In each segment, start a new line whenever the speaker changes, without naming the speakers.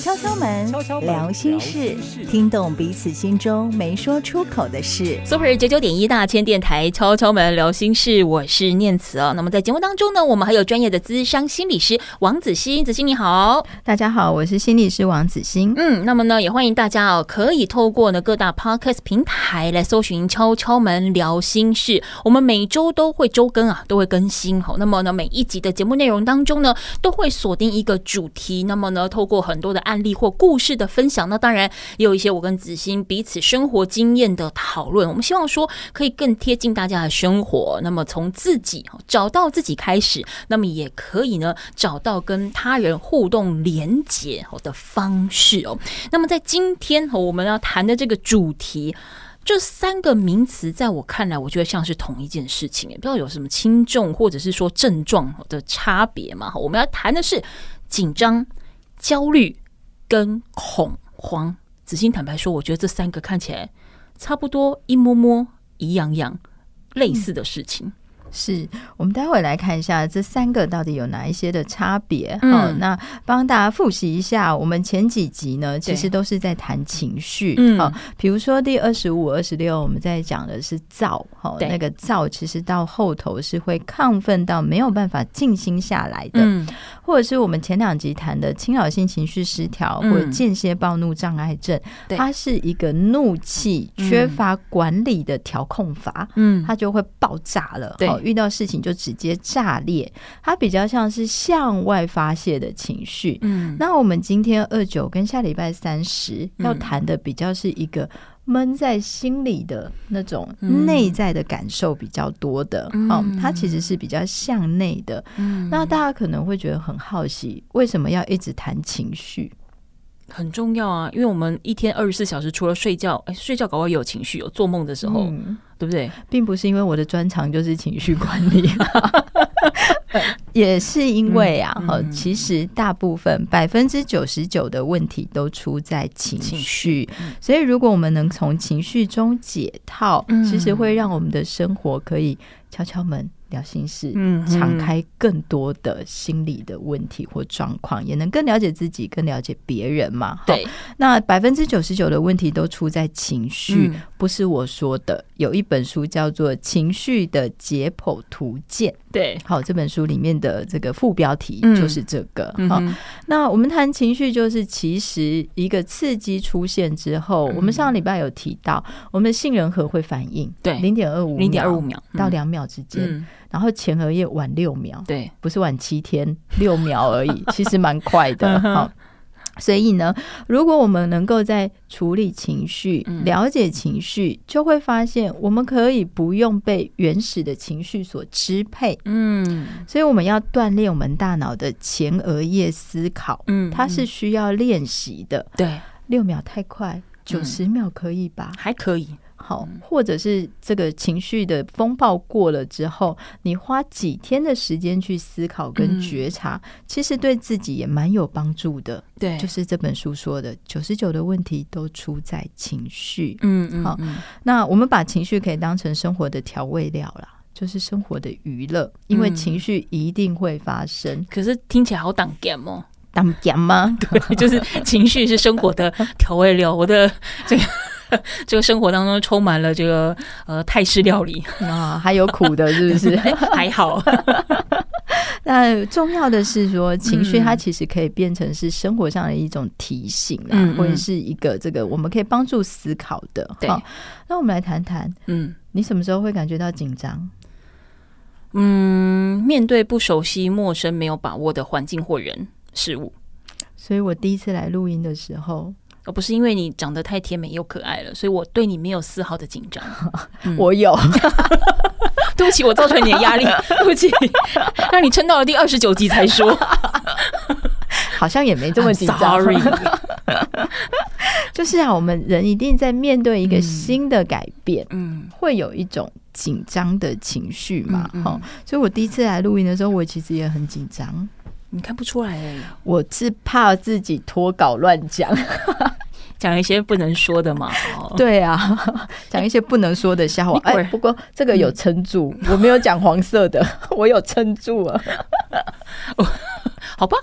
敲敲门，
敲敲门
聊心
聊
事
心，事
听懂彼此心中没说出口的事。
Super 九九点一大千电台敲敲门聊心事，我是念慈哦。那么在节目当中呢，我们还有专业的资商心理师王子欣，子欣你好。
大家好，我是心理师王子欣。
嗯，那么呢，也欢迎大家哦，可以透过呢各大 podcast 平台来搜寻“敲敲门聊心事”，我们每周都会周更啊，都会更新哦。那么呢，每一集的节目内容当中呢，都会锁定一个主题。那么呢，透过很多的案例或故事的分享，那当然也有一些我跟子欣彼此生活经验的讨论。我们希望说可以更贴近大家的生活，那么从自己哦找到自己开始，那么也可以呢找到跟他人互动连接哦的方式哦。那么在今天哦我们要谈的这个主题。这三个名词在我看来，我觉得像是同一件事情，也不知道有什么轻重或者是说症状的差别嘛。我们要谈的是紧张、焦虑跟恐慌。子欣坦白说，我觉得这三个看起来差不多，一摸摸一样样，类似的事情。
是我们待会来看一下这三个到底有哪一些的差别。
嗯
好那帮大家复习一下，我们前几集呢，
对
其实都是在谈情绪。
嗯
好比如说第二十五、二十六，我们在讲的是躁，好，
对
那个躁其实到后头是会亢奋到没有办法静心下来的。
嗯，
或者是我们前两集谈的侵扰性情绪失调
嗯
或者间歇暴怒障碍症，
对
它是一个怒气缺乏管理的调控法。
嗯，
它就会爆炸了，
对
哦遇到事情就直接炸裂。它比较像是向外发泄的情绪。
嗯，
那我们今天二九跟下礼拜三十
嗯
要谈的比较是一个闷在心里的那种
嗯
内在的感受比较多的，
嗯
哦，它其实是比较向内的。
嗯
那大家可能会觉得很好奇，为什么要一直谈情绪？
很重要啊，因为我们一天二十四小时，除了睡觉，哎，睡觉搞不好也有情绪，有做梦的时候，
嗯
对不对？
并不是因为我的专长就是情绪管 理，也是因为啊，
嗯
哈、
嗯
其实大部分百分之九十九的问题都出在情绪，
情
所以如果我们能从情绪中解套，
嗯
其实会让我们的生活可以敲敲门聊心事，
嗯
敞，开更多的心理的问题或状况，也能更了解自己，更了解别人嘛。哈
嗯对，
那百分之九十九的问题都出在情绪，
嗯
不是我说的。有一本书叫做《情绪的解剖图鉴》，
对，
好，这本书里面的这个副标题
嗯
就是这个。
嗯
好，
哼，
那我们谈情绪，就是其实一个刺激出现之后，
嗯
我们上礼拜有提到，我们的杏仁核会反应，
对
零点二五
零点二五秒
到
嗯
两秒之间，
嗯，
然后前额叶晚六秒，
对，
不是晚七天六秒 而已，其实蛮快的。
嗯哼
好，所以呢，如果我们能够在处理情绪、
嗯
了解情绪，就会发现我们可以不用被原始的情绪所支配。
嗯
所以我们要锻炼我们大脑的前额叶思考，
嗯
它是需要练习的。
对，
六秒太快，九
嗯
十秒可以吧？
还可以，
好，
嗯
或者是这个情绪的风暴过了之后，你花几天的时间去思考
嗯
跟觉察，其实对自己也蛮有帮助的。
对，
就，是这本书说的，九十九的问题都出在情绪。
嗯嗯，
好
嗯
那我们把情绪可以当成生活的调味料啦，就是生活的娱乐，因为
嗯
情绪一定会发生。
可是听起来好挡 game 哦，
当 然吗？
对，就是情绪是生活的调味料，我的这个这个生活当中充满了这个呃泰式料理，
啊，还有苦的，是不是？
还好，
那重要的是说，情绪
嗯
它其实可以变成是生活上的一种提醒啦，
嗯嗯
或者是一个这个我们可以帮助思考的。
对
好，那我们来谈谈，
嗯。
你什么时候会感觉到紧张？
嗯，面对不熟悉、陌生、没有把握的环境或人事物，
所以我第一次来录音的时候，
而不是因为你长得太甜美又可爱了，所以我对你没有丝毫的紧张。 嗯
我有
对不起，我造成你的压力，对不起， 让你撑到了第二十九集才说
好像也没 这么紧张。
I'm Sorry，
就是啊，我们人一定在面对一个新的改变，
嗯，
会有一种紧张的情绪嘛。
嗯嗯
哈、所以我第一次来录音的时候，我其实也很紧张，
你看不出来欸而已，
我是怕自己脱稿乱讲。
讲一些不能说的嘛。 哦，
对啊，讲一些不能说的 笑话
你。
哎
果然
不过这个有
嗯
撑住，我没有讲黄色的，我有撑住啊。
好吧，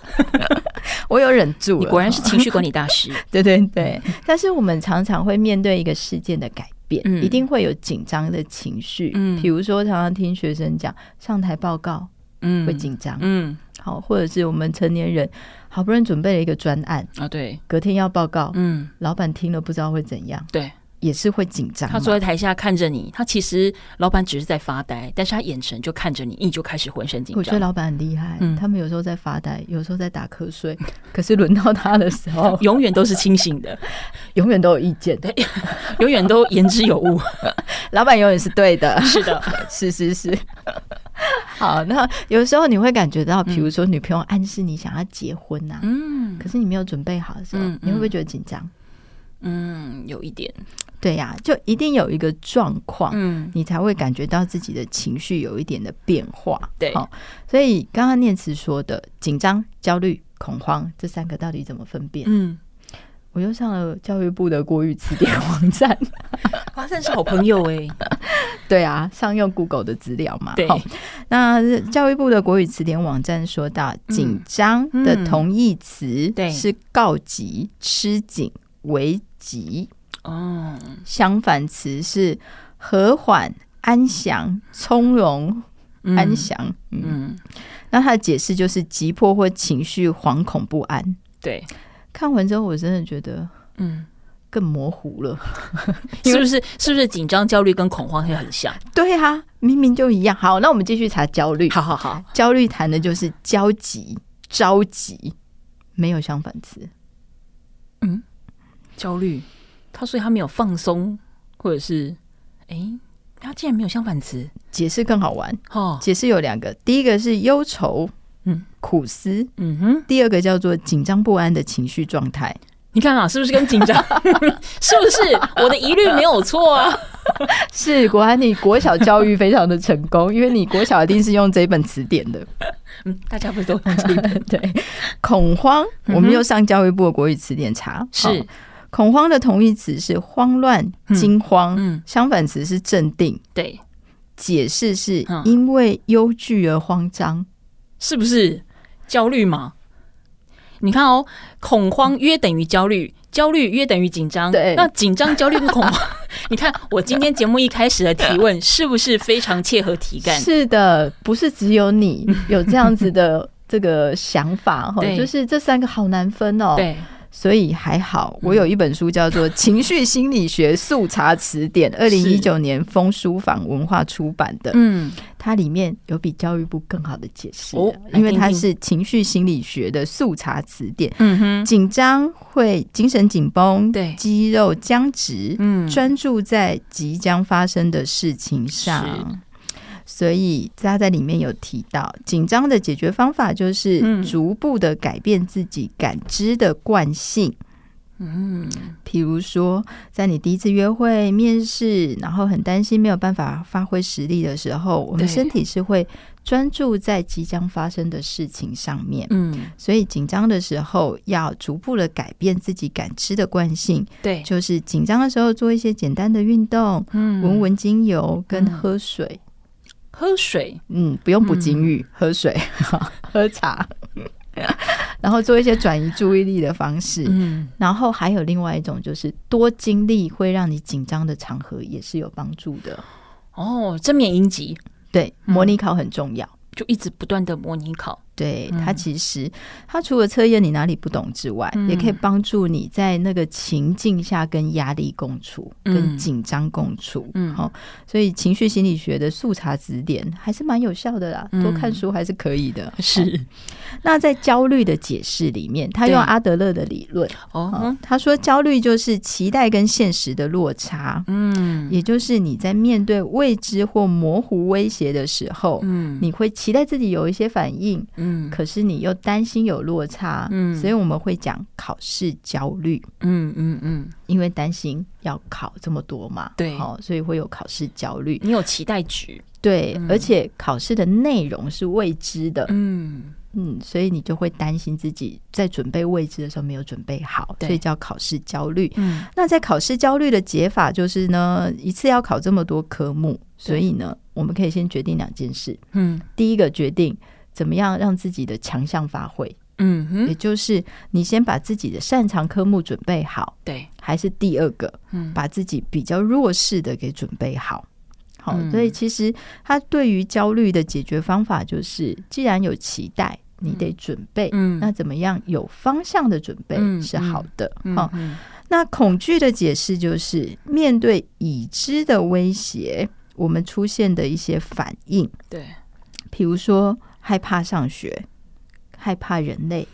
我有忍住
你
了
果然是情绪管理大师。
对对对，但是我们常常会面对一个事件的改变，
嗯
一定会有紧张的情绪。
嗯
比如说常常听学生讲上台报告
嗯
会紧张，
嗯
好，或者是我们成年人好不容易准备了一个专案，
啊，对，
隔天要报告，
嗯，
老板听了不知道会怎样，
对。
也是会紧张嘛。
他坐在台下看着你，他其实老板只是在发呆，但是他眼神就看着你，你就开始浑身紧
我觉得
张，
老板很厉害，
嗯，
他们有时候在发呆，有时候在打瞌睡，可是轮到他的时候
永远都是清醒 的，
永远都有意见，
对永远都言之有物。
老板永远是对 的。
是的，
是是是。好，那有时候你会感觉到，比如说女朋友暗示你想要结婚呐、
嗯
可是你没有准备好的时候，
嗯嗯
你会不会觉得紧张？
嗯，有一点，
对呀、就一定有一个状况。
嗯
你才会感觉到自己的情绪有一点的变化，
对
好所以刚刚念慈说的紧张、焦虑、恐慌这三个到底怎么分辨？
嗯，
我又上了教育部的国语词典网站，
哇，真是好朋友哎、
对啊，上用 Google 的资料嘛。
对
好那教育部的国语词典网站说到，
嗯
紧张的同义词
对
是告急、吃紧、危急，
哦，
相反词是和缓、安详、从容、
嗯
安，详。嗯，
嗯，
那它的解释就是急迫或情绪惶恐不安。
对，
看完之后，我真的觉得
嗯，
更模糊了。因
是
为
不是是不是紧张、焦虑跟恐慌会很像？
对啊，明明就一样。好，那我们继续查焦虑。
好好好，
焦虑谈的就是焦急、着急，没有相反词。
焦虑，他所以他没有放松，或者是，哎、他竟然没有相反词
解释更好玩，
哦，
解释有两个，第一个是忧愁，
嗯
嗯，苦思；
嗯哼，
第二个叫做紧张不安的情绪 状态。
你看啊，是不是跟紧张？ 是不是我的疑虑没有错啊？
是果然，你国小教育非常的成功，因为你国小一定是用这本词 典的。
嗯，大家不都用这个？
对，恐慌，
嗯哼
我们又上教育部的国语词典查，
是
好恐慌的同义词是慌乱、
嗯
惊慌，
嗯，
相反词是镇定。
对，
解释是
嗯
因为忧惧而慌张，
是不是焦虑嘛？你看哦，恐慌约等于焦虑，焦虑约等于紧张。
对
那紧张、焦虑跟恐慌， 你看我今天节目一开始的提问是不是非常切合题干？
是的，不是只有 你有这样子的这个想法哈，
对
就是这三个好难分哦。
对，嗯
所以还好，我有一本书叫做《情绪心理学速查词典》，二零一九年风书坊文化出版的，
嗯，
它里面有比教育部更好的解释了，
哦来
因为它
听听
是情绪心理学的速查词典。
嗯哼，
紧张会精神紧绷，
对
肌肉僵直，
嗯，
专注在即将发生的事情上。所以他在里面有提到，紧张的解决方法就
嗯
是逐步的改变自己感知的惯性。
嗯，
比如说，在你第一次约会、面试，然后很担心没有办法发挥实力的时候，我
对
们身体是会专注在即将发生的事情上面。
嗯，
所以紧张的时候，要逐步的改变自己感知的惯性，
对，
就是紧张的时候做一些简单的运动，
嗯
闻闻精油跟
嗯
喝水，
喝水，
嗯，不用补精浴，喝水、喝茶，然后做一些转移注意力的方式。
嗯，
然后还有另外一种，就是多经历会让你紧张的场合也是有帮助的。
哦，正面应急
对，
嗯
模拟考很重要。
就一直不断的模拟考，
对
嗯
它其实，它除了测验你哪里不懂之外，
嗯
也可以帮助你在那个情境下跟压力共处，
嗯
跟紧张共处。
嗯
好、所以情绪心理学的速查指点还是蛮有效的啦，
嗯
多看书还是可以的。好
是
那在焦虑的解释里面，他
对
用阿德勒的理论，
哦
哦，他说焦虑就是期待跟现实的落差，
嗯
也就是你在面对未知或模糊威胁的时候，
嗯
你会期待自己有一些反应。
嗯
可是你又担心有落差，
嗯
所以我们会讲考试焦虑，
嗯嗯嗯，
因为担心要考这么多嘛，
对
好、所以会有考试焦虑，
你有期待值，
对，
嗯
而且考试的内容是未知的，
嗯
嗯所以你就会担心自己在准备未知的时候没有准备好，
对
所以叫考试焦虑。
嗯
那在考试焦虑的解法就是呢，一次要考这么多科目，所以呢，我们可以先决定两件事，
嗯
第一个决定怎么样让自己的强项发挥，
嗯
也
哼，
就是你先把自己的擅长科目准备好，
对，
还是第二个
嗯，
把自己比较弱势的给准备好。好，
嗯
所以其实他对于焦虑的解决方法就是，既然有期待，你得准备。
嗯
那怎么样有方向的准备
嗯
是好的。
嗯
好、
嗯
那恐惧的解释就是面对已知的威胁，我们出现的一些反应，
对，
比如说害怕上学，害怕人类，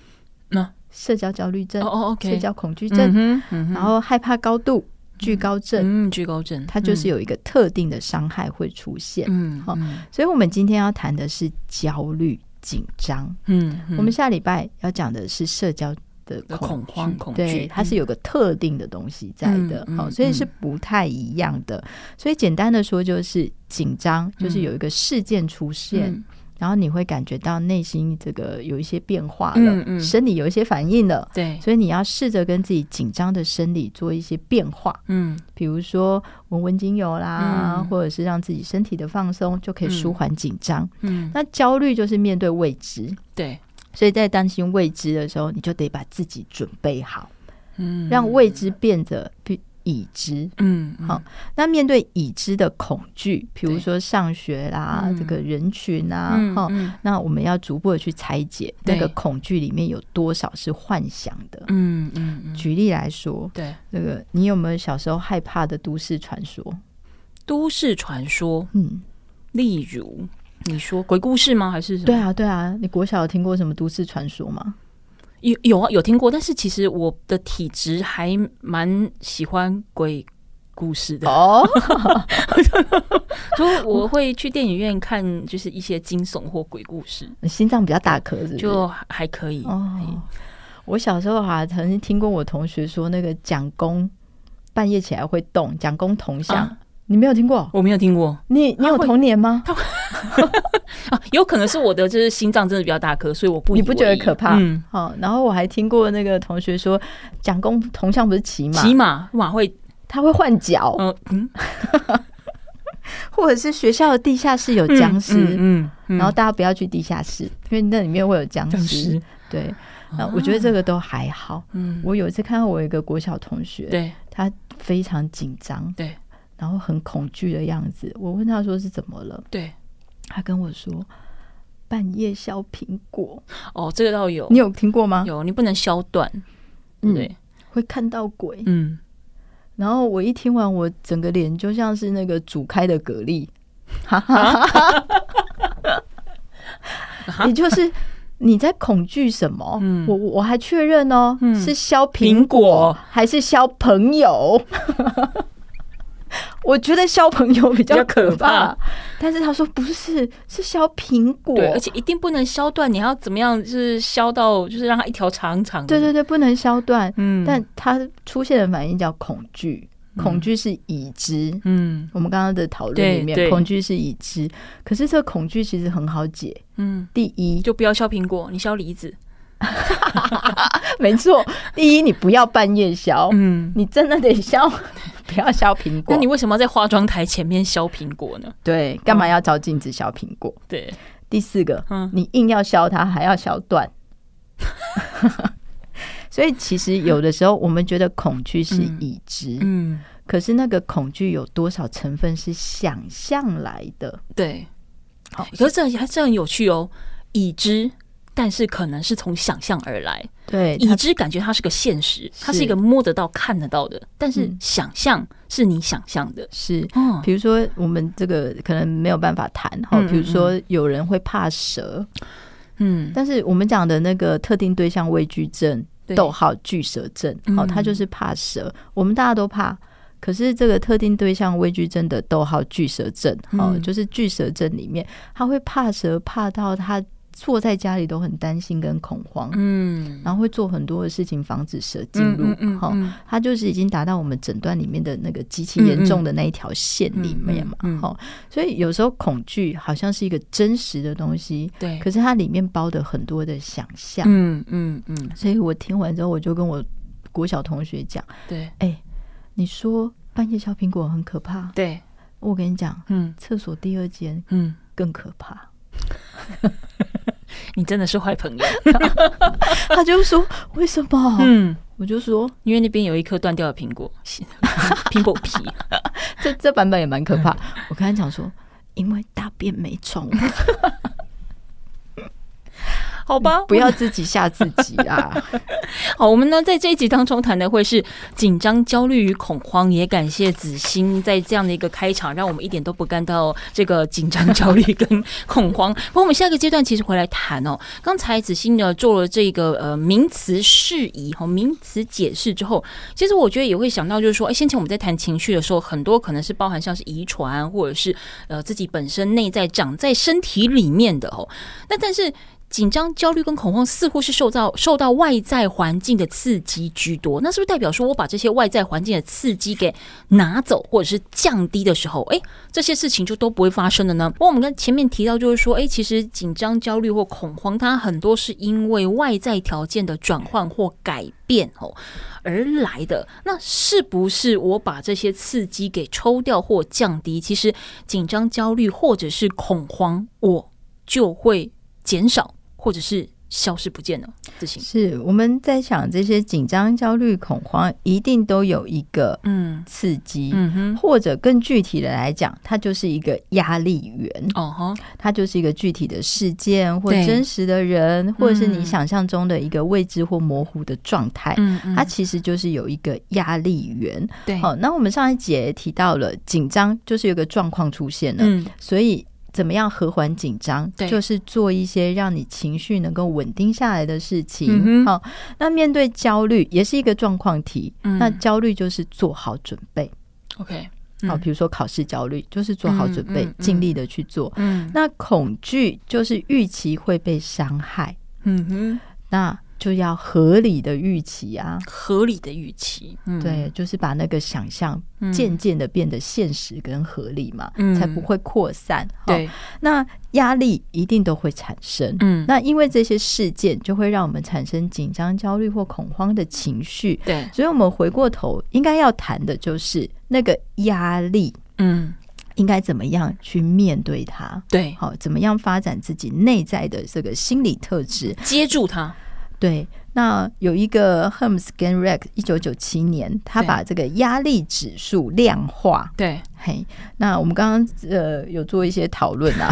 那
社交焦虑症、
哦哦
社
，OK，
交恐惧症，
嗯哼，嗯哼
然后害怕高度、惧高症，
嗯，居高症，
它就是有一个特定的伤害会出现。
嗯，嗯，
好
嗯
所以，我们今天要谈的是焦虑、紧张。
嗯，嗯
我们下礼拜要讲的是社交的
的
恐
恐
惧
慌恐
对，
惧嗯
它是有个特定的东西在的，
嗯嗯
好、所以是
嗯
不太一样的。所以简单的说，就是紧张，就是有一个事件出现，
嗯
然后你会感觉到内心这个有一些变化了，
嗯嗯
生理有一些反应了，
对，
所以你要试着跟自己紧张的生理做一些变化。
嗯
比如说闻闻精油啦，
嗯
或者是让自己身体的放松，就可以舒
嗯
缓紧张。
嗯，
那焦虑就是面对未知，
对，
所以在担心未知的时候，你就得把自己准备好，
嗯，
让未知变得比已知。
嗯，嗯
好，那面对已知的恐惧，比如
对
说上学啦，
嗯
这个人群啊，
嗯
哈、
嗯
那我们要逐步的去拆解
对
那个恐惧里面有多少是幻想的。
嗯嗯嗯，
举例来说，
对，
那个你有没有小时候害怕的都市传说？
都市传说，
嗯，
例如你说鬼故事吗？还是什么
对啊，对啊，你国小有听过什么都市传说吗？
有有啊，有听过，但是其实我的体质还蛮喜欢鬼故事的，
哦，
所以我会去电影院看，就是一些惊悚或鬼故事，
你 心脏比较大颗，是不是？
就还还可以。
嗯哦，我小时候啊，曾经听过我同学说，那个蒋公半夜起来会动，蒋公铜像，
啊
你没有听过？
我没有听过
你你有
会
童年吗？
啊，有可能是我的就是心脏真的比较大颗，所以我不
你
以
不
为
觉得
意
可怕
嗯，
好、哦然后我还听过那个同学说，蒋公铜像不是骑马，
骑马马会，
他会换脚，
呃嗯，
或者是学校的地下室有
嗯
僵尸，
嗯，嗯嗯
然后大家不要去地下室，因为那里面会有僵
僵
尸。
尸，
对，啊，我觉得这个都还好。
嗯，
我有一次看到我有一个国小同学，
对
他非常紧张，
对，
然后很恐惧的样子。我问他说是怎么了，
对，
他跟我说半夜削苹果，
哦，这个倒有
你有听过吗？
有，你不能削断，对
嗯
不对，
会看到鬼。
嗯，
然后我一听完，我整个脸就像是那个煮开的蛤 蜊，
啊
哈哈哈哈，也就是。你在恐惧什么？
嗯
我我还确认哦，
嗯
是削苹
苹
果
果
还是削朋友？ 我觉得削朋友比较
比较可
可怕，
怕
但是他说不是，是削苹果。
对，而且一定不能削断，你还要怎么样？就是削到，就是让它一条长长的。
对对，对，不能削断。
嗯，
但它出现的反应叫恐惧，恐惧是已知。
嗯
我们刚刚的讨论里
对
面，
对
恐惧是已知，可是这个恐惧其实很好解。
嗯，
第 一
你，就不要削苹果，你削梨子。
没错，第一你不要半夜削，
嗯，
你真的得削， 不要削苹果。
那你为什么要在化妆台前面削苹果呢？
对干嘛要照镜子削苹果？
对，
第四个，
嗯
你硬要削它，还要削断。 所以其实有的时候我们觉得恐惧是
嗯
已知，
嗯，
可是那个恐惧有多少成分是想象来的？
对。
好
可是这还这很有趣哦，已知，但是可能是从想象而来。
对，
已
哎它
知感觉它是个现实，它
是
是一个摸得到、看得到的，但是
嗯
想象是你想象的。
是。
哦，
比如说，我们这个可能没有办法谈哈。
嗯嗯
比如说，有人会怕蛇，
嗯，
但是我们讲的那个特定对象畏惧症，
对
逗号巨蛇症，好，
嗯
它就是怕蛇，我们大家都怕。可是这个特定对象畏惧症的逗号巨蛇症，哦，
嗯
就是巨蛇症里面，他会怕蛇，怕到他坐在家里都很担心跟恐慌，
嗯，
然后会做很多的事情防止蛇进入
嗯，嗯
哈、
嗯
它就是已经达到我们诊断里面的那个极其严重的那一条线里面嘛，
嗯嗯嗯嗯
哈、所以有时候恐惧好像是一个真实的东西，
对，
可是它里面包的很多的想象，
嗯嗯嗯，
所以我听完之后，我就跟我国小同学讲，
对
哎、你说半夜削苹果很可怕，
对，
我跟你讲，
嗯
厕所第二间
嗯。
更可怕，
你真的是坏朋友。
他就说为什么？
嗯，
我就说
因为那边有一颗断掉的苹 果，是苹果皮。
这这版本也蛮可怕。我跟他讲说，因为大便没 冲，
好吧，
不要自己吓自己啊。
好，我们呢在这一集当中谈的会是紧张、焦虑与恐慌，也感谢子欣在这样的一个开场，让我们一点都不感到这个紧张、焦虑跟恐慌。 不过我们下个阶段其实回来谈哦，刚才子欣呢做了这个呃名词释疑和名词解释之后，其实我觉得也会想到就是说，哎，先前我们在谈情绪的时候，很多可能是包含像是遗传或者是呃自己本身内在长在身体里面的哦，那但是紧张、焦虑跟恐慌似乎是受到受到外在环境的刺激居多，那是不是代表说我把这些外在环境的刺激给拿走或者是降低的时候，诶，这些事情就都不会发生了呢？不过我们跟前面提到就是说，诶，其实紧张、焦虑或恐慌，它很多是因为外在条件的转换或改变哦而来的。那是不是我把这些刺激给抽掉或降低，其实紧张、焦虑或者是恐慌，我就会减少或者是消失不见了。自信，
是我们在想这些紧张、焦虑、恐慌，一定都有一个
嗯
刺激，
嗯哼，
或者更具体的来讲，它就是一个压力源，
哦哈，
它就是一个具体的事件或
对
真实的人，或者是你
嗯
想象中的一个未知或模糊的状态。
嗯嗯
它其实就是有一个压力源。
对，
好、那我们上一节也提到了紧张，就是有个状况出现了，
嗯
所以怎么样和缓紧张，
对
就是做一些让你情绪能够稳定下来的事
嗯哼
情。好、那面对焦虑也是一个状况题，
嗯
那焦虑就是做好准备。
，OK，
好、
嗯
比如说考试焦虑，就是做好准
嗯
备，
嗯嗯
尽力的去做。
嗯
那恐惧就是预期会被伤害，
嗯哼，
那就要合理的预期啊。
合理的预期，嗯，
对，就是把那个想象
嗯
渐渐的变得现实跟合理嘛，
嗯
才不会扩散。哈
对，
那压力一定都会产生。
嗯
那因为这些事件就会让我们产生紧张、焦虑或恐慌的情绪，
对，
所以我们回过头应该要谈的就是那个压力
嗯
应该怎么样去面对它。
对，
好，怎么样发展自己内在的这个心理特质？
接住它，
对，那有一个 Hermes 跟 Rex，一九九七年，他
对
把这个压力指数量化。
对，
嘿，那我们刚刚呃有做一些讨论 啊，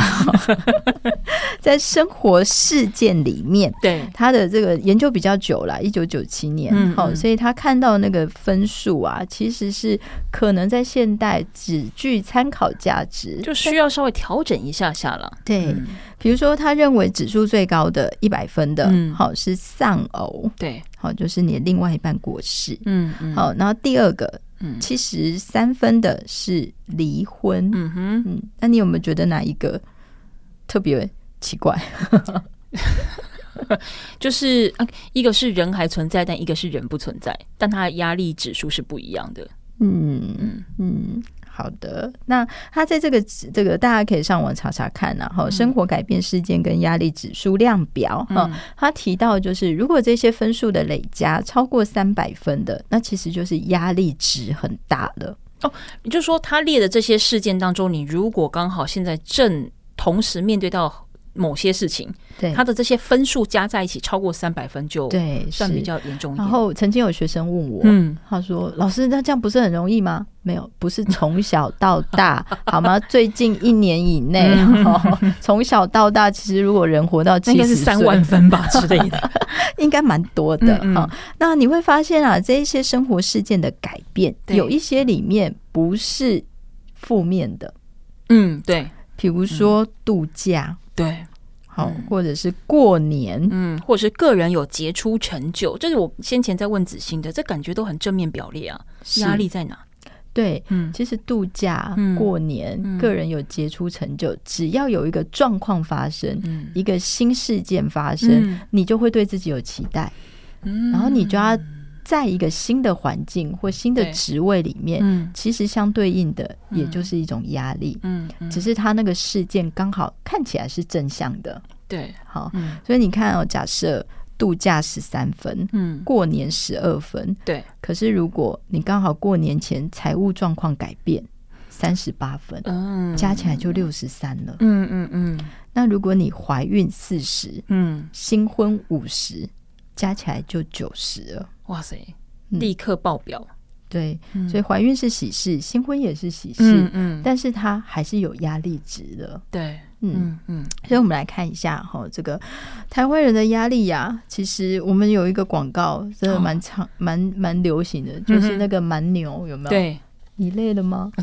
在生活事件里面，
对，
他的这个研究比较久了，一九九七年，
嗯
好、
嗯
所以他看到那个分数啊，其实是可能在现代只具参考价值，
就需要稍微调整一下下了。
对，
嗯
比如说他认为指数最高的一百分的，
嗯
好、是丧偶，
对，
好、就是你的另外一半过世，
嗯嗯，，
好、然后第二个
嗯
七十三分的是离婚，
嗯哼，
嗯，那你有没有觉得哪一个特别奇怪？
就是啊，一个是人还存在，但一个是人不存在，但它的压力指数是不一样的。
嗯嗯，好的。那他在这个这个大家可以上网查查看啊，
嗯
哈，生活改变事件跟压力指数量表哈，
啊
他提到就是如果这些分数的累加超过三百分的，那其实就是压力值很大了。
也就是说，他列的这些事件当中，你如果刚好现在正同时面对到某些事情，
对，
他的这些分数加在一起超过三百分，就
对
算
是
比较严重一点。
然，后曾经有学生问我，
嗯，
他说：“老师，那这样不是很容易吗？”没有，不是从小到大， 好吗？最近一年以内，哦从小到大，其实如果人活到
嗯那应
七
该
十
是
岁，
三万分 吧之类的。
应该蛮多的哈、
嗯嗯
好那你会发现啊，这一些生活事件的改变，
对
有一些里面不是负面的，
嗯，对
比如说度假，
对，
好、
嗯
或者是过年。
嗯，或者是个人有杰出成就，这是我先前在问子欣的，这感觉都很正面表列啊。
是
压力在哪？
对，
嗯
其实度假、
嗯
过年、
嗯
个人有杰出成就，只要有一个状况发生，
嗯
一个新事件发生，
嗯
你就会对自己有期待，
嗯
然后你就要在一个新的环境或新的
对
职位里面，
嗯
其实相对应的
嗯
也就是一种压力，
嗯，嗯
只是他那个事件刚好看起来是正向的，
对，
好，
嗯
所以你看哦，假设度假十三分，
嗯
过年十二分，
对，
可是如果你刚好过年前财务状况改变，三十八分，
嗯，
加起来就六十三了。
嗯嗯嗯
那如果你怀孕四十，
嗯，
新婚五十，加起来就九十了。
哇塞，
嗯
立刻爆表，
对，
嗯
所以怀孕是喜事，新婚也是喜事，
嗯嗯，
但是它还是有压力值的。
对，
嗯，
嗯嗯
所以我们来看一下哈，这个台湾人的压力呀、其实我们有一个广告，真的蛮长、蛮蛮流行的，就是那个蛮牛，有没
哦
有？，
嗯对，
你累 了吗？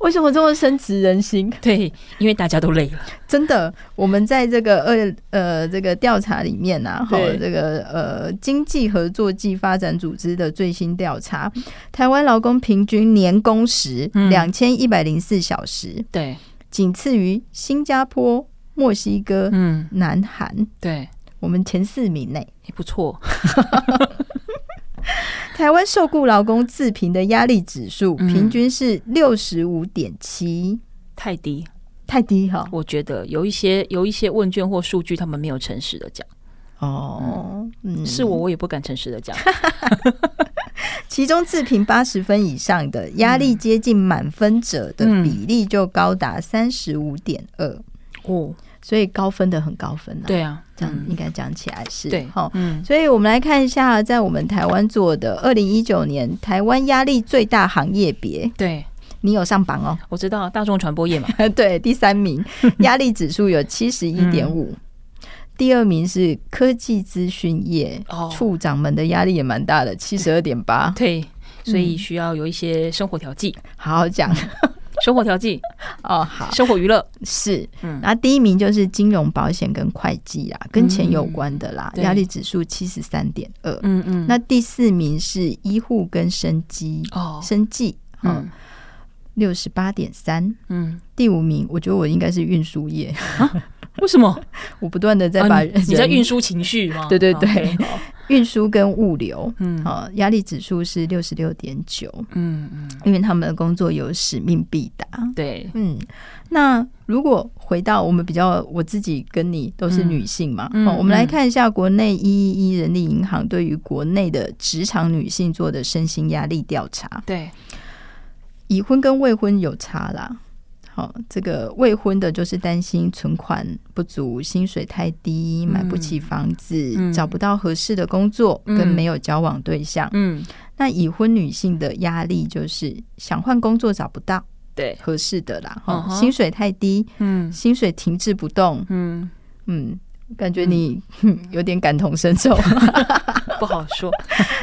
为什么这么深植人心？
对，因为大家都累了，
真的，我们在这个呃呃这个调查里面呐、啊，哈
对，
这个呃经济合作暨发展组织的最新调查，台湾劳工平均年工时
嗯
两千一百零四小时，
对，
仅次于新加坡、墨西哥、
嗯
南韩，
对，
我们前四名内。
也不错，
台湾受雇劳工自评的压力指数
嗯
平均是六十五点七，
太低，
太低哈。
我觉得有一些有一些问卷或数据，他们没有诚实的讲，
哦，嗯
是我我也不敢诚实的 讲，
其中自评八十分以上的压力
嗯
接近满分者的比例就高达三十五点二，
哦，
所以高分的很高分啊。，
对啊，
这样
嗯
应该讲起来是
对，
齁
嗯
所以我们来看一下，在我们台湾做的二零一九年台湾压力最大行业别，
对，
你有上 榜哦？
我知道大众传播 业嘛，
对，第 三名压力指数有七十一点五。
嗯
第二名是科技资讯业，
哦
处长们的压力也蛮大的，七十二点八，
对，所以需要有一些生活调剂，
好好讲
生活调剂，
哦。好，
生活娱乐，
是，
嗯
然后第一名就是金融、保险跟会计啦，跟钱有关的啦，
嗯对
压力指数七十三点二。
嗯嗯
那第四名是医护跟生机，
哦，
生计，嗯
嗯，
六十八点三。
嗯，
第五名，我觉得我应该是运输业，
为什么？
我不断的在
啊
把
你
人、
你在运输情绪吗？
对对
哦
对，
OK，好
运输跟物流，
嗯
好，压力指数是六十六点九，
嗯嗯，
因为他们的工作有使命必达。
对，
嗯，那如果回到我们比较，我自己跟你都是女性嘛，
嗯
哦
嗯
我们来看一下国内一一一人力银行对于国内的职场女性做的身心压力调查，
对，
已婚跟未婚有差啦。好，这个未婚的就是担心存款不足、薪水太低、买不起房子、
嗯
找不到合适的工作，
嗯
跟没有交往对象。
嗯，
那已婚女性的压力就是想换工作找不到
对，
合适的啦，哈、
嗯哼
薪水太低，
嗯
薪水停滞不动，
嗯，
嗯，感觉你、哼有点感同身受。
不好说，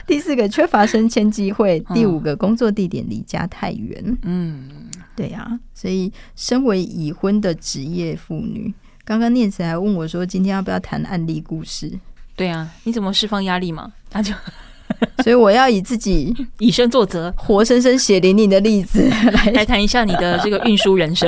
第四个，缺乏升迁机会；
嗯
第五个，工作地点离家太远。
嗯，
对啊，所以身为已婚的职业妇女，刚刚念慈还问我说，今天要不要谈案例故事？
对啊，你怎么释放压力嘛？那就
所以我要以自己
以身作则，
活生生血淋淋的例子来。
来谈一下你的这个运输人 生、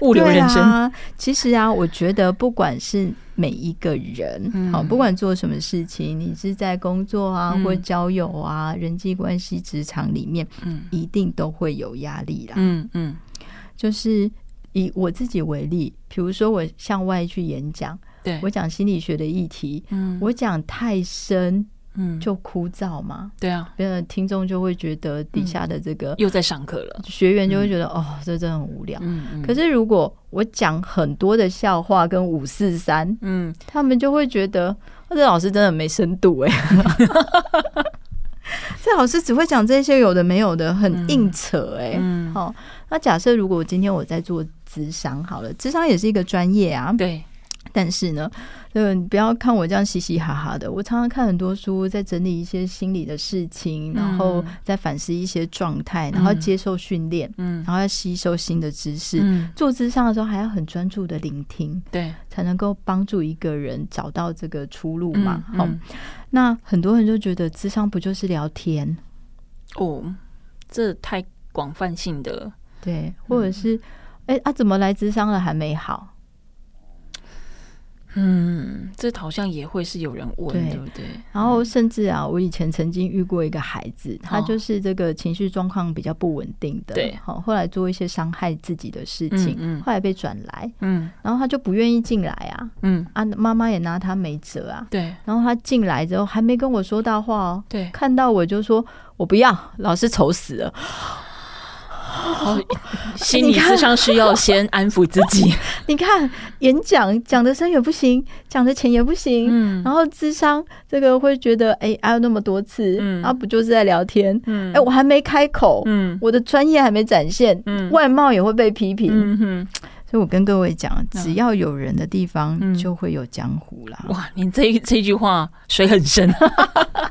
物流人
对
生，
啊，其实啊，我觉得不管是每一个人，
嗯
好，不管做什么事情，你是在工作啊，
嗯
或交友啊，人际关系、职场里面，
嗯
一定都会有压力啦。
嗯嗯，
就是以我自己为例，比如说我向外去演讲，
对
我，讲心理学的议题，
嗯
我讲太深
嗯，
就枯燥嘛，
对啊，
呃，听众就会觉得底下的这个
又在上课了，
学员就会觉得、哦，这真的很无聊。
嗯嗯，
可
是，
是如果我讲很多的笑话跟五四三，
嗯
他们就会觉得、哦、这老师真的没深度 哎、这老师只会讲这些有的没有的，很硬扯哎、
嗯，
好、那假设如果今天我在做智商好了，智商也是一个专业啊，
对，
但是呢，呃，你不要看我这样嘻嘻哈哈的，我常常看很多书，在整理一些心理的事
嗯
情，然后再反思一些状态，然后接受训练，
嗯
然后要吸收新的知识。
嗯，
做智商的时候，还要很专注的聆听，
对，
才能够帮助一个人找到这个出路嘛。
嗯
好、
嗯
那很多人就觉得智商不就是聊天，
哦，这太广泛性的了。
对，或者是，哎、啊，怎么来智商了还没好？
嗯，这好像也会是有人问，
对
对不对？
然后甚至啊，我以前曾经遇过一个孩子，
嗯
他
哦
就是这个情绪状况比较不稳定的，
对
好，后来做一些伤害自己的事情，
嗯嗯
后来被转来，
嗯
然后他就不愿意进来啊，
嗯，
啊，妈妈也拿他没辙啊，
对
然后他进来之后还没跟我说大话哦，
对，
看到我就说我不要，老师愁死了，
心理咨商师要先安抚自己，
你看演讲讲的深也不行，讲的浅也不行，
嗯
然后智商这个会觉得，哎、还有那么多次，
嗯
然后不就是在聊天？
嗯
哎、我还没开口，
嗯
哎我的专业还没展现，
嗯
外貌也会被批评，
嗯哼，
所以我跟各位讲，只要有人的地方
嗯
就会有江湖啦，
哇，你这一这句话水很深，啊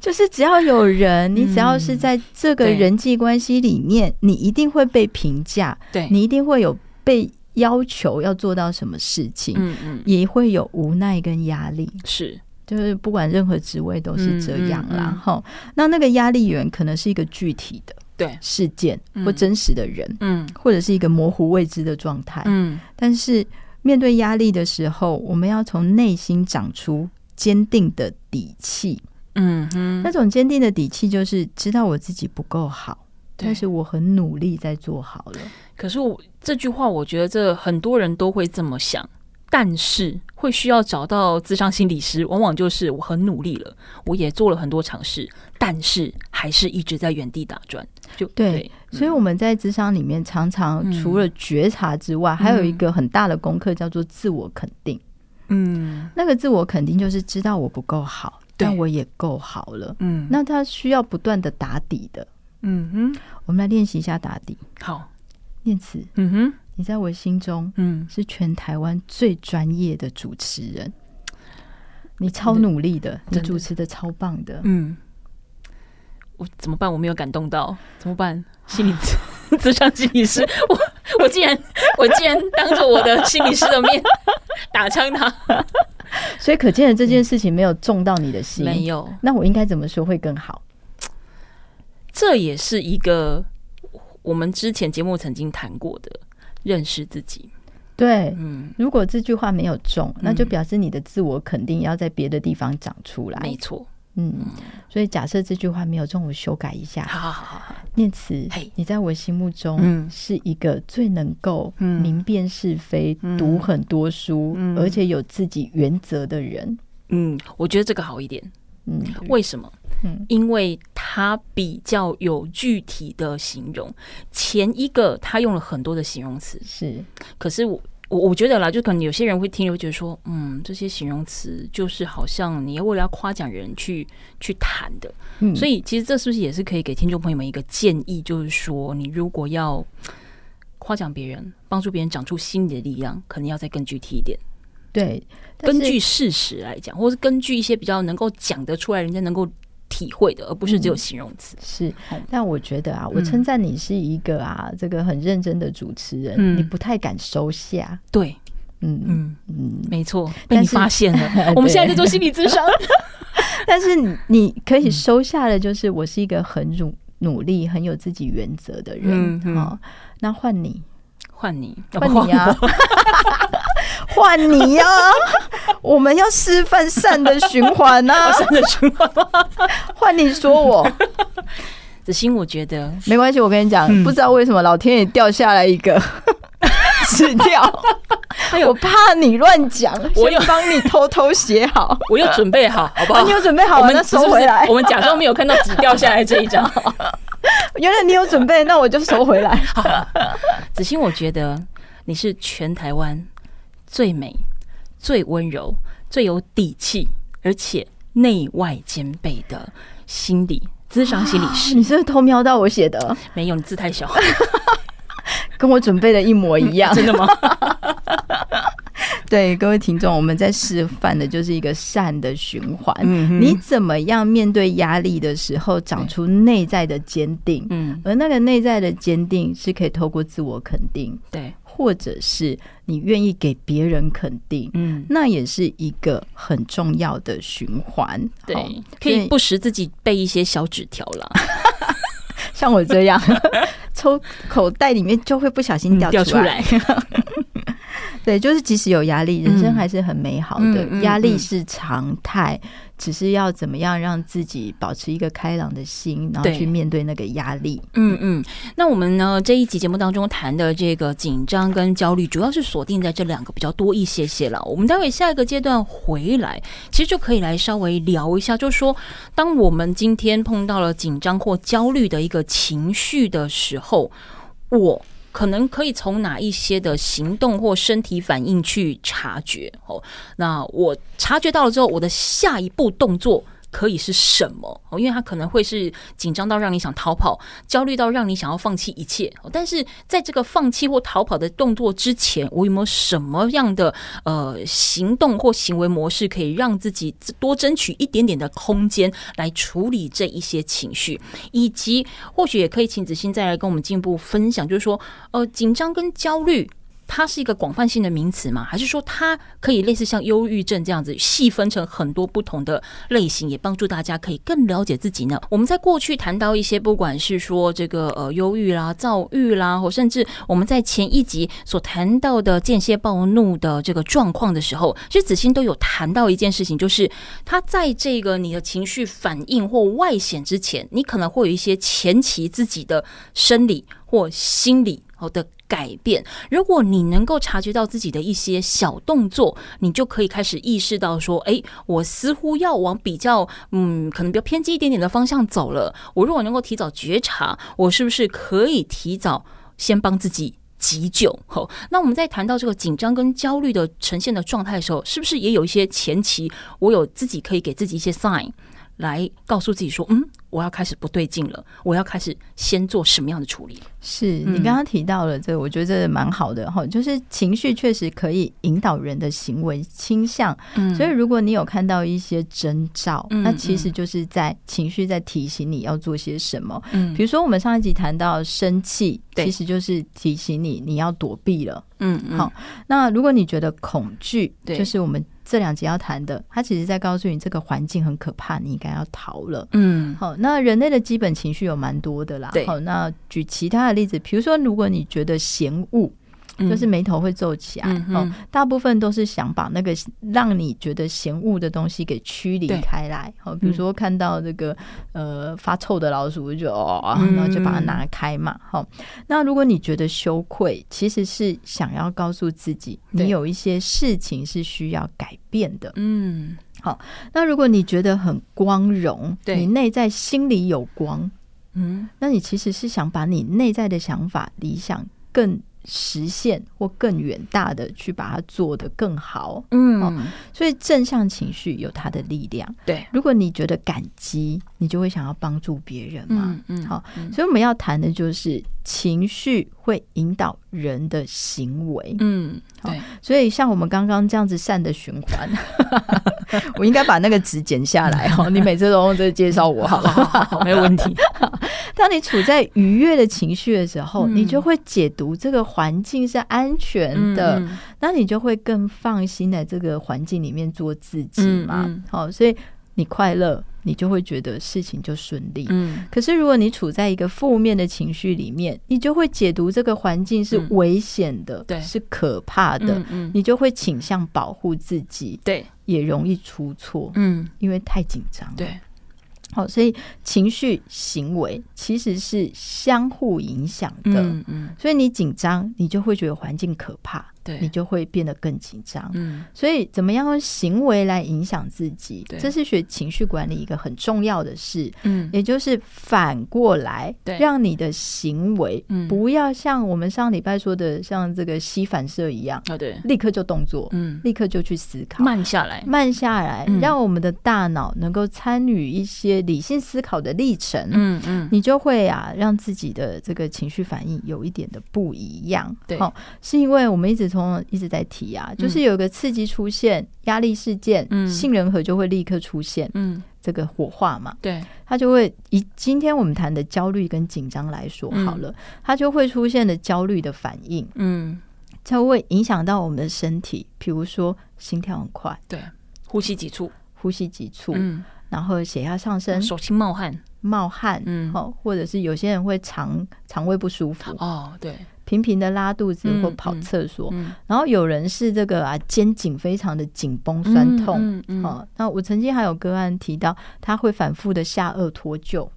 就是只要有人，你
嗯
只要是在这个
对
人际关系里面，你一定会被评价，
对，
你一定会有被要求要做到什么事情。
嗯嗯
也会有无奈跟压力，
是，
就是不管任何职位都是这样啦
嗯嗯。嗯
吼、那那个压力源可能是一个具体的
对，
事件
嗯
或真实的人，
嗯
或者是一个模糊未知的状态。
嗯
但是面对压力的时候，我们要从内心长出坚定的底气。
嗯嗯，
那种坚定的底气，就是知道我自己不够好，
对
但是我很努力在做好了。
可是我这句话，我觉得这很多人都会这么想，但是会需要找到智商心理师，往往就是我很努力了，我也做了很多尝试，但是还是一直在原地打转。就
对
嗯
所以我们在职场里面，常常
嗯
除了觉察之外，还有一个很大的功课叫做自我肯定。
嗯
那个自我肯定就是知道我不够好，
对
但我也够好了。
嗯
那他需要不断的打底的。
嗯哼，
我们来练习一下打底。
好，
念慈，
嗯哼，
你在我心中
嗯，
是全台湾最专业的主持人，你超努力的，你
真的
主持的超棒的。
嗯，我怎么办？我没有感动到，怎么办？心理咨 咨商心理师，我我竟然我竟然当着我的心理师的 面打枪他，
所以可见的这件事情没有中到你的心。
嗯没有，
那我应该怎么说会更好？
这也是一个我们之前节目曾经谈过的认识自己。
对，
嗯，
如果这句话没有中，那就
嗯
表示你的自我肯定要在别的地方长出来
没。错。
嗯，所以假设这句话没有中，我修改一下。
好好好好，
念慈
嘿，
你在我心目中
嗯
是一个最能够
嗯
明辨是非、读很多书，
嗯
而且有自己原则的人。
嗯，我觉得这个好一点。
嗯，
为什么？
嗯
因为它比较有具体的形容。前一个他用了很多的形容词，
是
可是我。我我觉得啦，就可能有些人会听了会觉得说，嗯，这些形容词就是好像你要为了要夸奖人去去谈的，
嗯
所以其实这是不是也是可以给听众朋友们一个建议，就是说你如果要夸奖别人，帮助别人长出心理的力量，可能要再更具体一点，
对，但
根
是
据事实来讲，或是根据一些比较能够讲得出来，人家能够体会的，而不是只有形容词。
是
哦，
但我觉得啊，我
嗯
称赞你是一个啊，这个很认真的主持人，
嗯
你不太敢收下。
对，
嗯
嗯，
嗯，
没错，被
但
你
是。
发现 了我们现在在做心理咨商。
但是你你可以收下的，就是我是一个很努努力、很有自己原则的人
嗯。嗯
好，那换你，
换你，
换你啊， 换你呀、我们要示范善的循环 呐、
真哦的是吗？
换你说我
子欣，我觉得
没关系，我跟你讲，
嗯
不知道为什么老天爷掉下来一个 死掉，
哎呦
我怕你乱讲，
我
先
有
帮你偷偷写好。
我又准备好，好不
啊、
好
你？有准备好
我
了，
们
那
是不
收
是
回来
我。们假装没有看到纸掉下来这一张。
原来你有准备，那我就收回来。
子欣，我觉得你是全台湾最美、最温柔、最有底气，而且内外兼备的心理咨商心理师。
你是不是偷瞄到我写的，
没啊有，你字太小，
跟我准备的一模一 样。
真的吗？
对各位听众，我们在示范的就是一个善的循环。
嗯
你怎么样面对压力的时候，长出内在的坚定？
嗯，
而那个内在的坚定是可以透过自我肯定，
对，
或者是你愿意给别人肯定，
嗯，
那也是一个很重要的循环。好
对，可以不时自己背一些小纸条啦，
像我这 样抽口袋里面就会不小心 掉
掉
出
出
来。
来。
对，就是即使有压力，人生
嗯
还是很美好的
嗯嗯。
压、力
嗯
是常态，只是要怎么样让自己保持一个开朗的心，然后
对
去面对那个压力。
嗯嗯，那我们呢这一集节目当中谈的这个紧张跟焦虑，主要是锁定在这两个比较多一些些了。我们待会下一个阶段回来，其实就可以来稍微聊一下，就是说，当我们今天碰到了紧张或焦虑的一个情绪的时候，我。可能可以从哪一些的行动或身体反应去察觉哦？那我察觉到了之后，我的下一步动作可以是什么？哦，因为它可能会是紧张到让你想逃跑，焦虑到让你想要放弃一切。哦但是在这个放弃或逃跑的动作之前，我有没有什么样的呃行动或行为模式可以让自己多争取一点点的空间来处理这一些情绪？以及或许也可以请子欣再来跟我们进一步分享，就是说呃紧张跟焦虑。它是一个广泛性的名词吗？还是说它可以类似像忧郁症这样子细分成很多不同的类型，也帮助大家可以更了解自己呢？我们在过去谈到一些，不管是说这个呃忧郁啦、躁郁啦，或甚至我们在前一集所谈到的间歇暴怒的这个状况的时候，其实子欣都有谈到一件事情，就是它在这个你的情绪反应或外显之前，你可能会有一些前期自己的生理或心理哦的改变。如果你能够察觉到自己的一些小动作，你就可以开始意识到说，诶，我似乎要往比较嗯，可能比较偏激一点点的方向走了。我如果能够提早觉察，我是不是可以提早先帮自己？急救吼，那我们在谈到这个紧张跟焦虑的呈现的状态的时候，是不是也有一些前期，嗯我有自己可以给自己一些 sign，来告诉自己说，嗯，我要开始不对劲了，我要开始先做什么样的处理？
是
嗯
你刚刚提到了这个，我觉得这蛮好的哈，就是情绪确实可以引导人的行为倾向，
嗯
所以如果你有看到一些征兆，
嗯
那其实就是在情绪在提醒你要做些什么。
嗯
比如说我们上一集谈到生气，
对
其实就是提醒你你要躲避了。
嗯嗯
好那如果你觉得恐惧，
对
就是我们这两集要谈的，它其实在告诉你这个环境很可怕，你应该要逃了。
嗯
好，那人类的基本情绪有蛮多的啦
对。
好，那举其他的例子，比如说，如果你觉得嫌恶，
嗯
就是眉头会皱起来，
嗯哼
哦，大部分都是想把那个让你觉得嫌恶的东西给驱离
对嗯
开来。好，比如说看到这个、呃发臭的老鼠，就哦，
嗯
然后就把它拿开嘛。好，那如果你觉得羞愧，其实是想要告诉自己，
对
你有一些事情是需要改变的。
嗯
那如果你觉得很光荣，
对
你内在心里有光，
嗯
那你其实是想把你内在的想法、理想更实现或更远大的去把它做得更好。
嗯，
所以正向情绪有它的力量。
对，
如果你觉得感激，你就会想要帮助别人嘛。
嗯嗯
好所以我们要谈的就是情绪会引导人的行为。
嗯
好
对，
所以像我们刚刚这样子善的循环， 我应该把那个纸剪下来哦。你每次都用这个介绍我好不 好？
好，没有 问题。
当你处在愉悦的情绪的时候，
嗯
你就会解读这个环境是安全的，
嗯
那你就会更放心在这个环境里面做自己嘛
嗯嗯。
好、所以你快乐，你就会觉得事情就顺利。
嗯
可是，如果你处在一个负面的情绪里面，你就会解读这个环境是
嗯
危险的，
对
是可怕的，
嗯嗯，
你就会倾向保护自己，
对，
也容易出错，
嗯
因为太紧张。，
对，
好、所以情绪、行为其实是相互影响的。
嗯嗯
所以你紧张，你就会觉得环境可怕，
对，
你就会变得更紧张。
嗯
所以，怎么样用行为来影响自己
对，
这是学情绪管理一个很重要的事，
嗯
也就是反过来
对
让你的行为
嗯
不要像我们上礼拜说的，像这个吸反射一样，
啊对，
立刻就动作，
嗯
立刻就去思考。
慢下来，
慢下来
嗯，
让我们的大脑能够参与一些理性思考的历程，
嗯嗯
你就会啊，让自己的这个情绪反应有一点的不一样。
对
哦，是因为我们一直从一直在提啊，就是有一个刺激出现，压力事件，
嗯
杏仁核就会立刻出现
嗯
这个火化嘛，
对，
它就会以今天我们谈的焦虑跟紧张来说
嗯
好了，它就会出现的焦虑的反应，
嗯
它会影响到我们的身体，比如说心跳很快。
对，呼吸急促，
呼吸急促，
嗯，
然后血压上升、
手心冒汗，
冒汗，
嗯
哦，或者是有些人会肠肠胃不舒服，
哦对，
频频的拉肚子
嗯
或跑厕所，
嗯
然后有人是这个啊肩颈非常的紧绷酸痛。
嗯嗯嗯
哦，那我曾经还有个案提到，他会反复的下颚脱臼，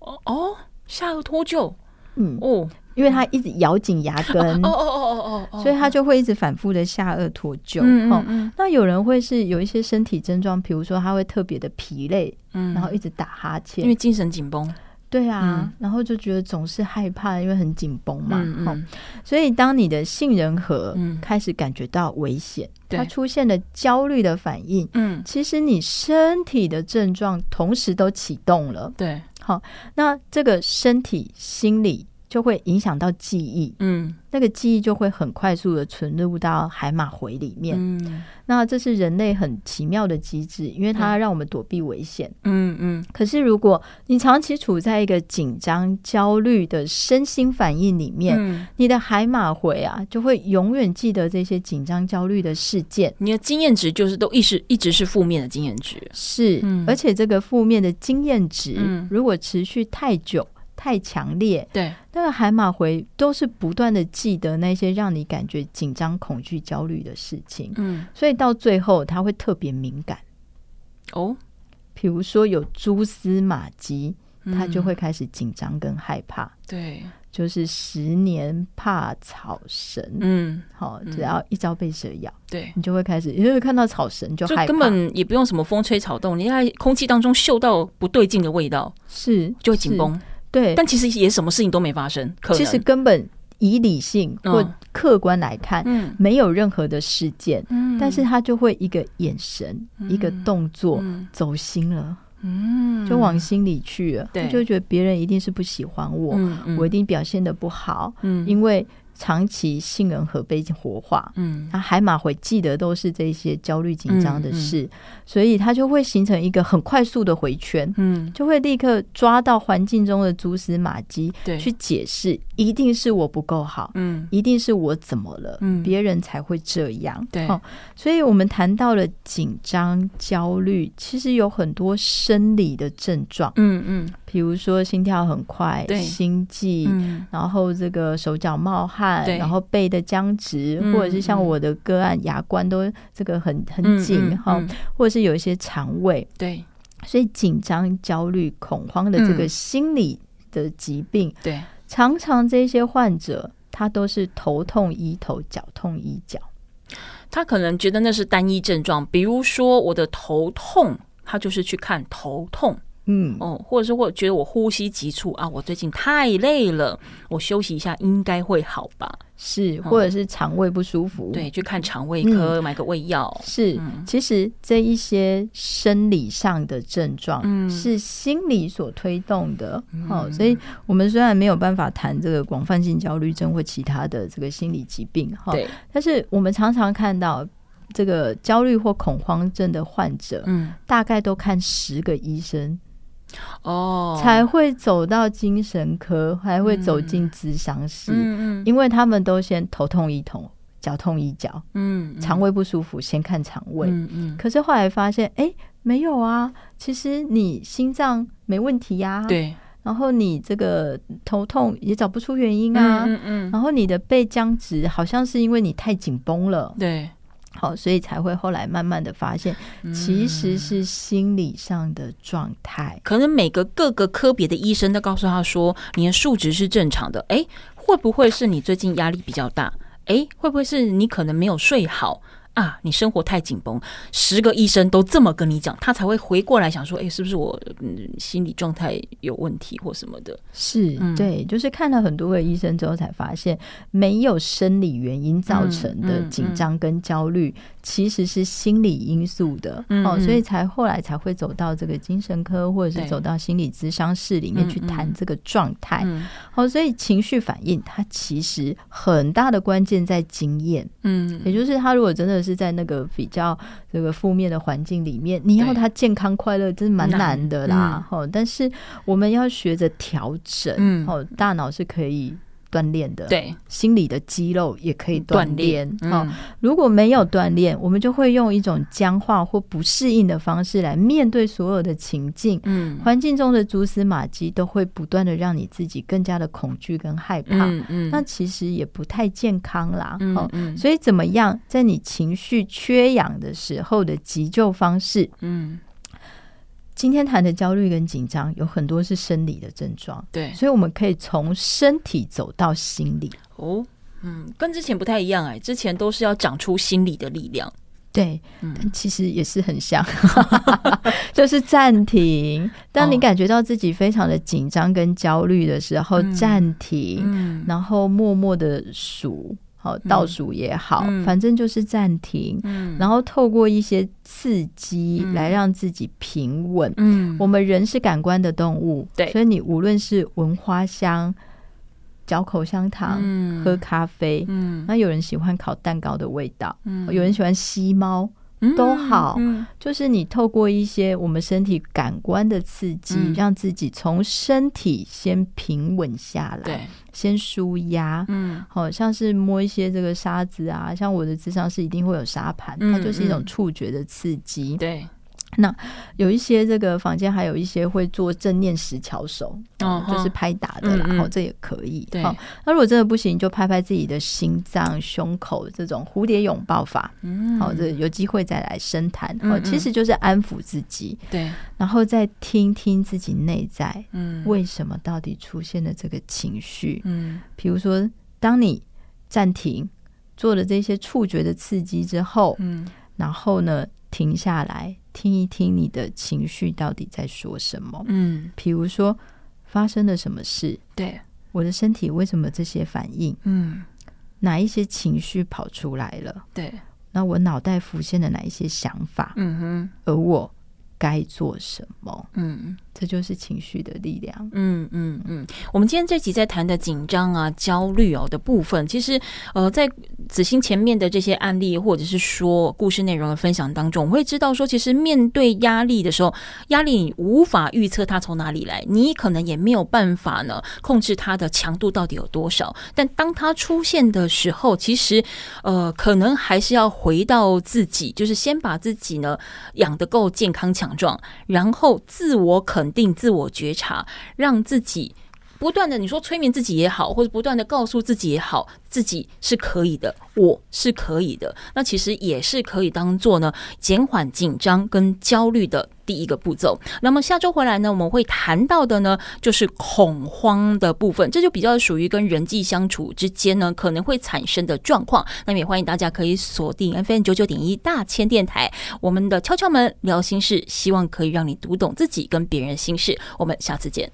哦哦，下颚脱臼
嗯，
哦，
因为他一直咬紧牙根，
哦哦哦哦哦哦，
嗯所以他就会一直反复的下颚脱臼。
嗯
哦
嗯，嗯
那有人会是有一些身体症状，比如说他会特别的疲累，
嗯，
然后一直打哈欠，
因为精神紧绷
对啊，
嗯
然后就觉得总是害怕，因为很紧绷嘛。哦
嗯
齁
嗯
所以当你的杏仁核
嗯
开始感觉到危险，
对
它出现了焦虑的反应，
嗯，
其实你身体的症状同时都启动了。
对，
那这个身体、心理就会影响到记忆，
嗯
那个记忆就会很快速的存入到海马回里面。
嗯
那这是人类很奇妙的机制，因为它
嗯
让我们躲避危险。
嗯嗯，
可是，如果你长期处在一个紧张、焦虑的身心反应里面，
嗯，
你的海马回啊，就会永远记得这些紧张、焦虑的事件。
你的经验值就是都一直一直是负面的经验值，
是，
嗯
而且这个负面的经验值，
嗯
如果持续太久、太强烈，
对，
那个海马回都是不断的记得那些让你感觉紧张、恐惧、焦虑的事情，
嗯
所以到最后它会特别敏感。
哦，
比如说有蛛丝马迹，
嗯
它就会开始紧张跟害怕。
对，
就是十年怕草绳，
嗯
好、
嗯
只要一朝被蛇咬，
对。
你就会开始，因为看到草绳就
就
害怕，
根本也不用什么风吹草动，你在空气当中嗅到不对劲的味道，
是
就会紧，
是
绷。
对，
但其实也什么事情都没发生，可能
其实根本以理性
嗯
或客观来看，
嗯
没有任何的事件，
嗯
但是他就会一个眼神、一个动作。
嗯
走心了，
嗯
就往心里去了。
对
他就觉得别人一定是不喜欢我，
嗯嗯
我一定表现的不好，
嗯
因为长期杏仁核被活化，
嗯
他海马回记得都是这些焦虑紧张的事，所以他就会形成一个很快速的回圈，
嗯
就会立刻抓到环境中的蛛丝马迹
对
去解释，一定是我不够好，
嗯
一定是我怎么了，
嗯
别人才会这样。
对
哦，所以我们谈到了紧张、焦虑，其实有很多生理的症状，
嗯嗯
比如说心跳很快、
对
心悸。
嗯
然后这个手脚冒汗，
对
然后背的僵直，
嗯
或者是像我的个案，牙关都这个很很
嗯
紧
嗯
哈、
嗯
或者是有一些肠胃，
对
所以紧张、焦虑、恐慌的这个
嗯
心理的疾病，
对
常常这些患者他都是头痛医头，脚痛医脚。
他可能觉得那是单一症状，比如说我的头痛，他就是去看头痛
嗯，
哦，或者是我觉得我呼吸急促啊，我最近太累了，我休息一下应该会好吧？
是，
哦
或者是肠胃不舒服。
对，嗯去看肠胃科、买个胃药。
嗯是，其实这一些生理上的症状
嗯
是心理所推动的，好、所以我们虽然没有办法谈这个广泛性焦虑症或其他的这个心理疾病，哈，
对，
但是我们常常看到这个焦虑或恐慌症的患者，
嗯
大概都看十个医生、
哦，
才会走到精神科，还会走进咨商室，
嗯嗯
因为他们都先头痛医头，脚痛医脚，
嗯，
肠胃不舒服先看肠胃。
嗯嗯，
可是后来发现，哎、没有啊，其实你心脏没问题呀、，
对
然后你这个头痛也找不出原因啊，
嗯嗯嗯，
然后你的背僵直好像是因为你太紧绷了，
对，
好，所以才会后来慢慢的发现，
嗯
其实是心理上的状态。
可能每个各个科别的医生都告诉他说，你的数值是正常的。诶，会不会是你最近压力比较大？诶，会不会是你可能没有睡好啊？你生活太紧绷，十个医生都这么跟你讲，他才会回过来想说，诶，是不是我、嗯、心理状态有问题或什么的？
是、
嗯
对，就是看了很多个医生之后才发现，没有生理原因造成的
嗯嗯
紧张跟焦虑，其实是心理因素的、
嗯
哦，
嗯
所以才后来才会走到这个精神科或者是
对
走到心理咨商室里面
嗯
去
嗯
谈这个状态。
嗯
哦，所以情绪反应它其实很大的关键在经验，
嗯
也就是他如果真的是在那个比较这个负面的环境里面，你要
对
他健康快乐，真是蛮
难
难的啦。哦，但是我们要学着调整。
嗯
哦，大脑是可以锻炼的，，
对，
心理的肌肉也可以锻
锻
炼
炼，
哈
嗯，
如果没有锻炼，我们就会用一种僵化或不适应的方式来面对所有的情境。
嗯
环境中的蛛丝马迹都会不断的让你自己更加的恐惧跟害怕，
嗯嗯，
那其实也不太健康啦。
嗯
哦，
嗯
所以怎么样，在你情绪缺氧的时候的急救方式，
嗯，
今天谈的焦虑跟紧张有很多是生理的症状，
对
所以我们可以从身体走到心理。
哦。嗯，跟之前不太一样哎、之前都是要长出心理的力量。嗯
对，但其实也是 很像， 就是暂停。当你
哦
感觉到自己非常的紧张跟焦虑的时候，
嗯
暂停，
嗯
然后默默的数，好倒数也好，
嗯
反正就是暂停，
嗯
然后透过一些刺激
嗯
来让自己平稳。
嗯
我们人是感官的动物，
对
所以你无论是闻花香、嚼口香糖、
嗯
喝咖啡，
嗯
那有人喜欢烤蛋糕的味道，
嗯
有人喜欢吸猫，都好
嗯
就是你透过一些我们身体感官的刺激，
嗯
让自己从身体先平稳下来，
对，
先舒压。
嗯
好、像是摸一些这个沙子啊，像我的智商是一定会有沙盘，
嗯
它就是一种
嗯
触觉的刺激。
对，
有一些这个房间还有一些会做正念石桥手，
哦
嗯就是
哈
拍打的啦，
嗯嗯
哦，这也可以。
对
好那如果真的不行，就拍拍自己的心脏、胸口这种蝴蝶拥抱法，
嗯
好、这有机会再来深谈。
嗯
哦，
嗯
其实就是安抚自己，
对，
然后再听听自己内在
嗯
为什么到底出现了这个情绪。
嗯
比如说，当你暂停做了这些触觉的刺激之后，
嗯
然后呢，停下来听一听你的情绪到底在说什么。
嗯，
比如说，发生了什么事？
对，
我的身体为什么这些反应？
嗯
哪一些情绪跑出来了？
对，
那我脑袋浮现了哪一些想法？
嗯哼，
而我该做什么？
嗯。
这就是情绪的力量。
嗯嗯嗯，我们今天这集在谈的紧张啊、焦虑哦的部分，其实呃，在子欣前面的这些案例或者是说故事内容的分享当中，我会知道说，其实面对压力的时候，压力你无法预测它从哪里来，你可能也没有办法呢控制它的强度到底有多少。但当它出现的时候，其实呃，可能还是要回到自己，就是先把自己呢养得够健康强壮，然后自我肯定、自我觉察，让自己不断的，你说催眠自己也好，或者不断的告诉自己也好，自己是可以的，我是可以的。那其实也是可以当做呢减缓紧张跟焦虑的第一个步骤。那么下周回来呢，我们会谈到的呢就是恐慌的部分，这就比较属于跟人际相处之间呢可能会产生的状况。那么也欢迎大家可以锁定 FM 九九点一大千电台，我们的敲敲门聊心事，希望可以让你读懂自己跟别人的心事。我们下次见。